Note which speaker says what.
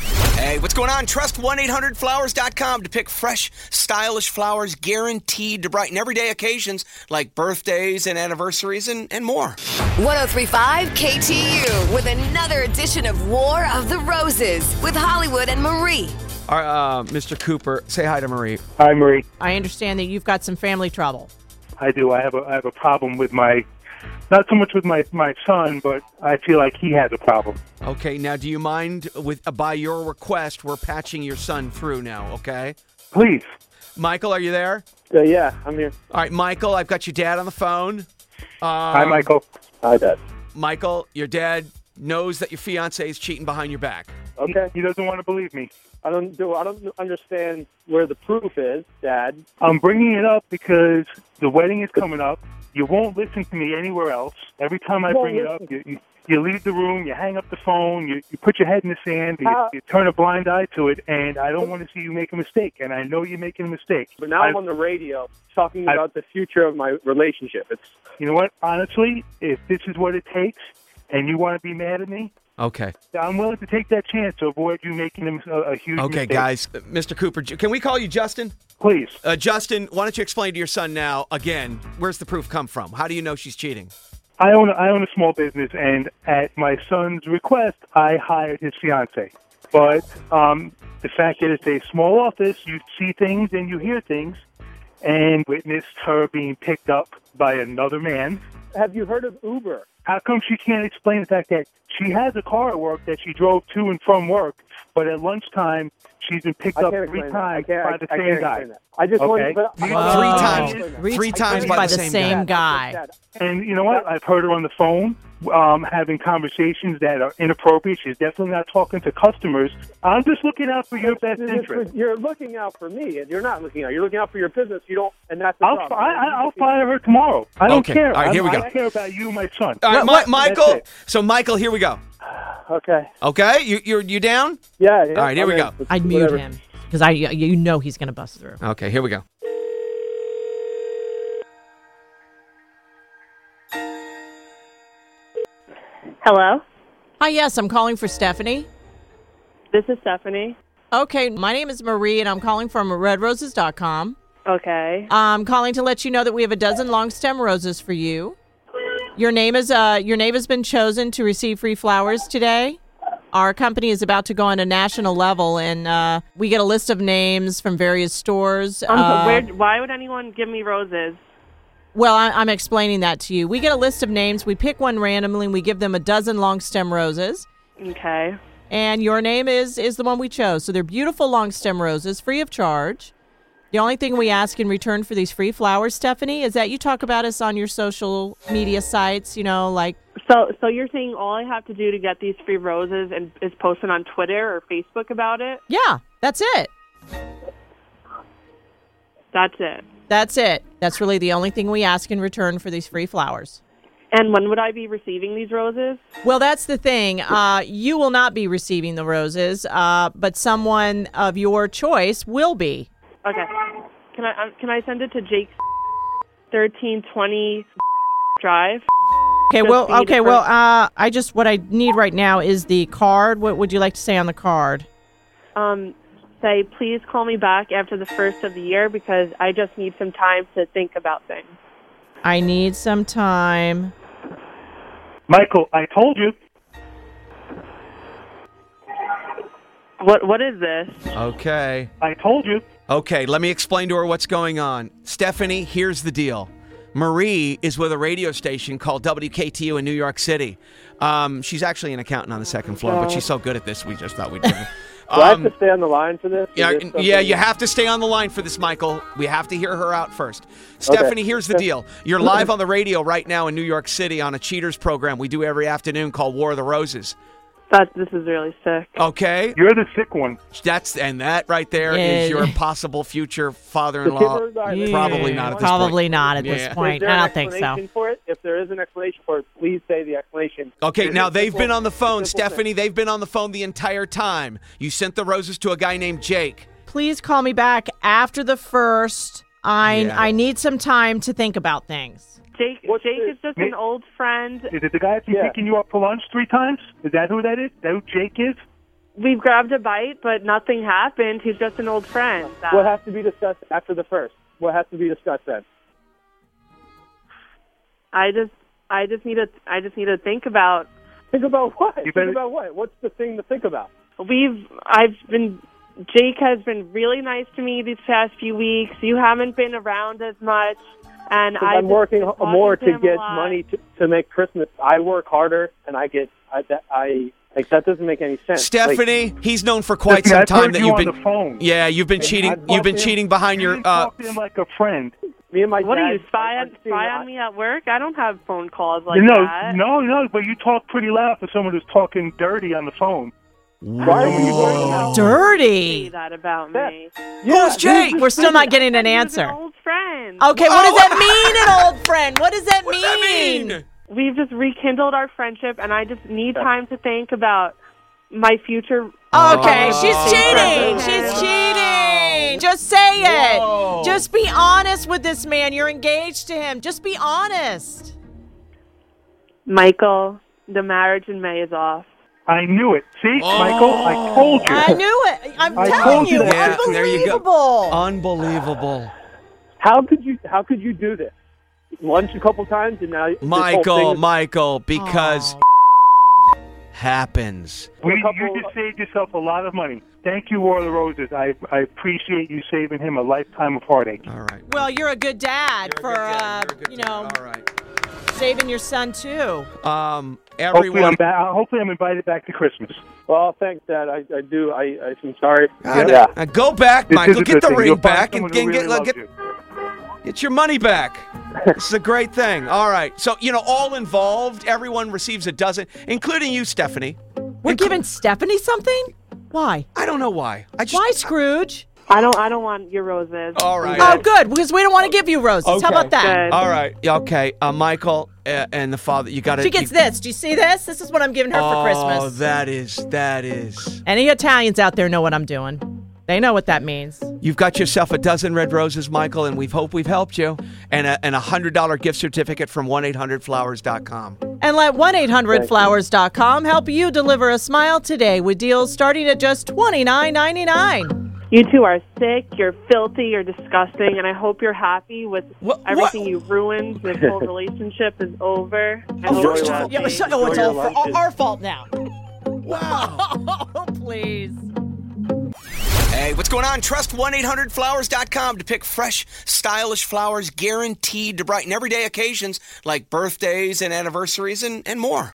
Speaker 1: Hey, what's going on? Trust 1-800-Flowers.com to pick fresh, stylish flowers guaranteed to brighten everyday occasions like birthdays and anniversaries and, and more.
Speaker 2: 1035 KTU with another edition of War of the Roses with Hollywood and Marie.
Speaker 3: All right, uh, Mr. Cooper, say hi to Marie.
Speaker 4: Hi, Marie.
Speaker 5: I understand that you've got some family trouble.
Speaker 4: I do. I have a I have a problem with my, not so much with my my son, but I feel like he has a problem.
Speaker 3: Okay, now do you mind with uh, by your request we're patching your son through now, okay?
Speaker 4: Please.
Speaker 3: Michael, are you there?
Speaker 6: Uh, yeah, I'm here.
Speaker 3: All right, Michael, I've got your dad on the phone.
Speaker 4: Hi,
Speaker 6: Um,
Speaker 4: Michael.
Speaker 6: Hi, Dad.
Speaker 3: Michael, your dad knows that your fiance is cheating behind your back.
Speaker 6: Okay.
Speaker 4: He doesn't want to believe me.
Speaker 6: I don't do. I don't understand where the proof is, Dad.
Speaker 4: I'm bringing it up because the wedding is coming up. You won't listen to me anywhere else. Every time I
Speaker 6: Won't
Speaker 4: bring it up, you, you, you leave the room, you hang up the phone, you, you put your head in the sand, you,
Speaker 6: How-
Speaker 4: you turn a blind eye to it, and I don't want to see you make a mistake. And I know you're making a mistake.
Speaker 6: But now
Speaker 4: I-
Speaker 6: I, am on the radio talking
Speaker 4: I-
Speaker 6: about the future of my relationship. It's
Speaker 4: you know what? Honestly, if this is what it takes, and you want to be mad at me,
Speaker 3: Okay.
Speaker 4: I'm willing to take that chance to avoid you making a, a huge
Speaker 3: Okay,
Speaker 4: mistake.
Speaker 3: guys. Mr. Uh, Cooper, j- can we call you Justin?
Speaker 4: Please.
Speaker 3: Uh, Justin, why don't you explain to your son now again? Where's the proof come from? How do you know she's cheating?
Speaker 4: I own I own a small business, and at my son's request, I hired his fiance. But um, the fact that it's a small office, you see things and you hear things, and witnessed her being picked up by another man.
Speaker 6: have you heard of Uber?
Speaker 4: How come she can't explain the fact that she has a car at work that she drove to and from work, but at lunchtime she's been picked
Speaker 6: I
Speaker 4: up
Speaker 6: can't
Speaker 4: three
Speaker 6: explain that. I
Speaker 4: times
Speaker 6: can't,
Speaker 4: by
Speaker 6: I,
Speaker 4: the
Speaker 6: I
Speaker 4: same
Speaker 6: can't
Speaker 4: guy?
Speaker 6: explain that. I just
Speaker 4: Okay.
Speaker 6: want, but
Speaker 4: Three-
Speaker 6: I-
Speaker 4: three
Speaker 6: I-
Speaker 4: times.
Speaker 3: Three times
Speaker 5: by,
Speaker 3: by
Speaker 5: the
Speaker 3: the
Speaker 5: same,
Speaker 3: same
Speaker 5: guy.
Speaker 6: Dad,
Speaker 4: And you know what? I've heard her on the phone um, having conversations that are inappropriate. She's definitely not talking to customers. I'm just looking out for your best
Speaker 6: this is for-
Speaker 4: interest.
Speaker 6: You're looking out for me, and you're not looking out. You're looking out for your business. You don't, and that's the
Speaker 4: I'll,
Speaker 6: problem.
Speaker 4: I, I- I'll fire her tomorrow. I don't
Speaker 3: Okay.
Speaker 4: care.
Speaker 3: All right, here
Speaker 4: I'm-
Speaker 3: we
Speaker 4: I
Speaker 3: go.
Speaker 4: don't care about you, my son.
Speaker 3: All right, Mi- Michael.
Speaker 4: it.
Speaker 3: So, Michael, here we go.
Speaker 6: Okay.
Speaker 3: Okay, you you you down?
Speaker 6: Yeah. yeah
Speaker 3: All right, here we
Speaker 6: I'm
Speaker 3: go.
Speaker 6: in. Let's
Speaker 5: I'd
Speaker 6: do
Speaker 5: mute
Speaker 6: whatever.
Speaker 5: him because I you know he's going to bust through.
Speaker 3: Okay, here we go.
Speaker 7: Hello,
Speaker 5: Hi, yes, I'm calling for Stephanie.
Speaker 7: this is Stephanie.
Speaker 5: Okay, my name is Marie, and I'm calling from RedRoses.com.
Speaker 7: Okay.
Speaker 5: I'm calling to let you know that we have a dozen long stem roses for you. Your name is uh your name has been chosen to receive free flowers today. Our company is about to go on a national level, and uh, we get a list of names from various stores.
Speaker 7: Um,
Speaker 5: uh,
Speaker 7: where, why would anyone give me roses?
Speaker 5: Well, I, I'm explaining that to you. We get a list of names. We pick one randomly, and we give them a dozen long stem roses.
Speaker 7: Okay.
Speaker 5: And your name is is the one we chose. So they're beautiful long stem roses, free of charge. The only thing we ask in return for these free flowers, Stephanie, is that you talk about us on your social media sites. You know, like
Speaker 7: So, so you're saying all I have to do to get these free roses and is posting on Twitter or Facebook about it?
Speaker 5: yeah, that's it.
Speaker 7: That's it.
Speaker 5: That's it. That's really the only thing we ask in return for these free flowers.
Speaker 7: And when would I be receiving these roses?
Speaker 5: Well, that's the thing. Uh, you will not be receiving the roses, uh, but someone of your choice will be.
Speaker 7: Okay. Can I um, can I send it to Jake? Thirteen twenty Drive.
Speaker 5: Okay,
Speaker 7: Just
Speaker 5: well,
Speaker 7: need
Speaker 5: okay,
Speaker 7: a
Speaker 5: well, uh, I just what I need right now is the card. What would you like to say on the card?
Speaker 7: Um, say please call me back after the first of the year because I just need some time to think about things.
Speaker 5: I need some time.
Speaker 4: Michael, I told you.
Speaker 7: What what is this?
Speaker 3: Okay.
Speaker 4: I told you.
Speaker 3: Okay, let me explain to her what's going on. Stephanie, here's the deal. Marie is with a radio station called WKTU in New York City. Um, she's actually an accountant on the second floor, but she's so good at this, we just thought we'd. Give her.
Speaker 6: Do I have
Speaker 3: Um,
Speaker 6: to stay on the line for this? Is
Speaker 3: Yeah,
Speaker 6: this
Speaker 3: n-
Speaker 6: something-
Speaker 3: yeah, you have to stay on the line for this, Michael. We have to hear her out first. Stephanie, here's the deal. You're live on the radio right now in New York City on a cheaters program we do every afternoon called War of the Roses.
Speaker 7: That this is really sick.
Speaker 3: Okay?
Speaker 4: You're the sick one.
Speaker 3: That's and that right there is
Speaker 5: Yeah.
Speaker 3: your possible future father-in-law.
Speaker 6: Give her the-
Speaker 3: Probably not at this point.
Speaker 5: Probably not at
Speaker 3: Yeah.
Speaker 5: this
Speaker 6: Is
Speaker 5: point.
Speaker 6: there
Speaker 5: I
Speaker 6: an
Speaker 5: don't think so.
Speaker 6: explanation For it? If there is an explanation for it, please say the explanation.
Speaker 3: Okay,
Speaker 6: It's
Speaker 3: now
Speaker 6: a
Speaker 3: they've
Speaker 6: simple-
Speaker 3: been on the
Speaker 6: it's a
Speaker 3: phone,
Speaker 6: simple thing.
Speaker 3: Stephanie. They've been on the phone the entire time. You sent the roses to a guy named Jake.
Speaker 5: Please call me back after the first. I
Speaker 3: Yeah.
Speaker 5: I need some time to think about things.
Speaker 7: Jake
Speaker 6: What's
Speaker 7: Jake
Speaker 6: the-
Speaker 7: is just
Speaker 4: me-
Speaker 7: an old friend.
Speaker 4: Is it the guy that's been
Speaker 6: Yeah.
Speaker 4: picking you up for lunch three times? Is that who that is? Is that who Jake is?
Speaker 7: we've grabbed a bite, but nothing happened. He's just an old friend. That-
Speaker 6: What has to be discussed after the first? What has to be discussed then?
Speaker 7: I just, I just need to, I just need to think about.
Speaker 6: Think about what?
Speaker 4: better-
Speaker 6: Think about what? What's the thing to think about?
Speaker 7: We've, I've been, Jake has been really nice to me these past few weeks. You haven't been around as much, and I
Speaker 6: I'm
Speaker 7: just
Speaker 6: working
Speaker 7: been
Speaker 6: h- more
Speaker 7: talking
Speaker 6: to
Speaker 7: him a
Speaker 6: get
Speaker 7: lot.
Speaker 6: money to, to make Christmas. I work harder, and I get I that, I like that doesn't make any sense. Like,
Speaker 3: Stephanie, he's known for quite
Speaker 4: Stephanie,
Speaker 3: some
Speaker 4: I've
Speaker 3: time
Speaker 4: heard
Speaker 3: that
Speaker 4: you
Speaker 3: you've
Speaker 4: on
Speaker 3: been
Speaker 4: the phone.
Speaker 3: Yeah, you've been
Speaker 6: I've
Speaker 3: cheating.
Speaker 6: talked
Speaker 3: You've been
Speaker 6: to him.
Speaker 3: cheating behind
Speaker 4: You
Speaker 3: your.
Speaker 4: didn't
Speaker 3: Uh,
Speaker 4: talk to him like a friend.
Speaker 6: me and my
Speaker 7: What
Speaker 6: dad,
Speaker 7: are you spy
Speaker 6: I'm
Speaker 7: on,
Speaker 6: seeing-
Speaker 7: spy on me at work? I don't have phone calls like
Speaker 4: no,
Speaker 7: that.
Speaker 4: no, no. But you talk pretty loud for someone who's talking dirty on the phone.
Speaker 6: Why are you pointing out-
Speaker 7: Say
Speaker 5: Dirty.
Speaker 7: that about
Speaker 6: That-
Speaker 7: me.
Speaker 6: Yeah,
Speaker 3: Who's Jake?
Speaker 5: We're still not getting an
Speaker 7: He was
Speaker 5: answer.
Speaker 7: Old friend.
Speaker 5: Okay, what does that mean, an old friend? What does that mean?
Speaker 7: We've just rekindled our friendship, and I just need time to think about my future.
Speaker 5: Okay, she's
Speaker 3: Oh.
Speaker 5: cheating. She's cheating. Just say it.
Speaker 3: Whoa.
Speaker 5: Just be honest with this man. You're engaged to him. Just be honest.
Speaker 7: Michael, the marriage in May is off.
Speaker 4: I knew it. See, Michael, I told you.
Speaker 5: Oh. I knew it. I'm
Speaker 4: I
Speaker 5: telling
Speaker 4: told you
Speaker 5: you.
Speaker 4: that.
Speaker 5: Unbelievable.
Speaker 3: Yeah, there you go. Uh, Unbelievable,
Speaker 6: How could you? How could you do this? Lunch a couple times, and now this whole
Speaker 3: Michael,
Speaker 6: thing is-
Speaker 3: Michael, because happens.
Speaker 4: We,
Speaker 6: couple-
Speaker 4: you just saved yourself a lot of money. Thank you, War of the Roses. I, I appreciate you saving him a lifetime of heartache.
Speaker 3: All right.
Speaker 5: Well, you're a good dad for Uh, you know
Speaker 3: All right.
Speaker 5: saving your son too.
Speaker 3: Um,
Speaker 4: Hopefully I'm,
Speaker 3: everyone.
Speaker 4: back, hopefully, I'm invited back to Christmas.
Speaker 6: Well, thanks, Dad. I, I do. I, I I'm sorry.
Speaker 3: God, uh, go back,
Speaker 4: This is
Speaker 3: Michael.
Speaker 4: a
Speaker 3: Get
Speaker 4: good
Speaker 3: the
Speaker 4: thing.
Speaker 3: ring
Speaker 4: You'll find
Speaker 3: back and
Speaker 4: someone
Speaker 3: get,
Speaker 4: who really
Speaker 3: get,
Speaker 4: loves
Speaker 3: get,
Speaker 4: you.
Speaker 3: Get your money back. this is a great thing. All right. So, you know, all involved, everyone receives a dozen, including you, Stephanie.
Speaker 5: We're
Speaker 3: Inclu-
Speaker 5: giving Stephanie something? Why?
Speaker 3: I don't know why. I just.
Speaker 5: Why Scrooge?
Speaker 7: I don't. I don't want your roses.
Speaker 3: All right.
Speaker 5: Oh, good, because we don't want to give you roses. How about that?
Speaker 7: Good.
Speaker 3: All right. Okay. Uh, Michael uh, and the father, you got to.
Speaker 5: She gets this. Do you see this? This is what I'm giving her
Speaker 3: oh,
Speaker 5: for Christmas.
Speaker 3: that is. That is.
Speaker 5: Any Italians out there know what I'm doing? They know what that means.
Speaker 3: You've got yourself a dozen red roses, Michael, and we hope we've helped you. And a, and a $100 gift certificate from 1 800flowers.com.
Speaker 5: And let 1 800 flowers.com help you deliver a smile today with deals starting at just $29.99.
Speaker 7: You two are sick. You're filthy. You're disgusting. And I hope you're happy with
Speaker 3: What- what-
Speaker 7: everything you ruined. This whole relationship is over. I
Speaker 6: first
Speaker 7: hope you're
Speaker 6: of all-
Speaker 7: happy.
Speaker 5: Yeah, so- oh, it's
Speaker 6: Enjoy
Speaker 5: all
Speaker 6: your
Speaker 5: for,
Speaker 6: lunches.
Speaker 5: our fault now.
Speaker 3: Wow.
Speaker 5: Oh, please.
Speaker 1: Hey, what's going on? Trust 1-800-Flowers.com to pick fresh, stylish flowers guaranteed to brighten everyday occasions like birthdays and anniversaries and, and more.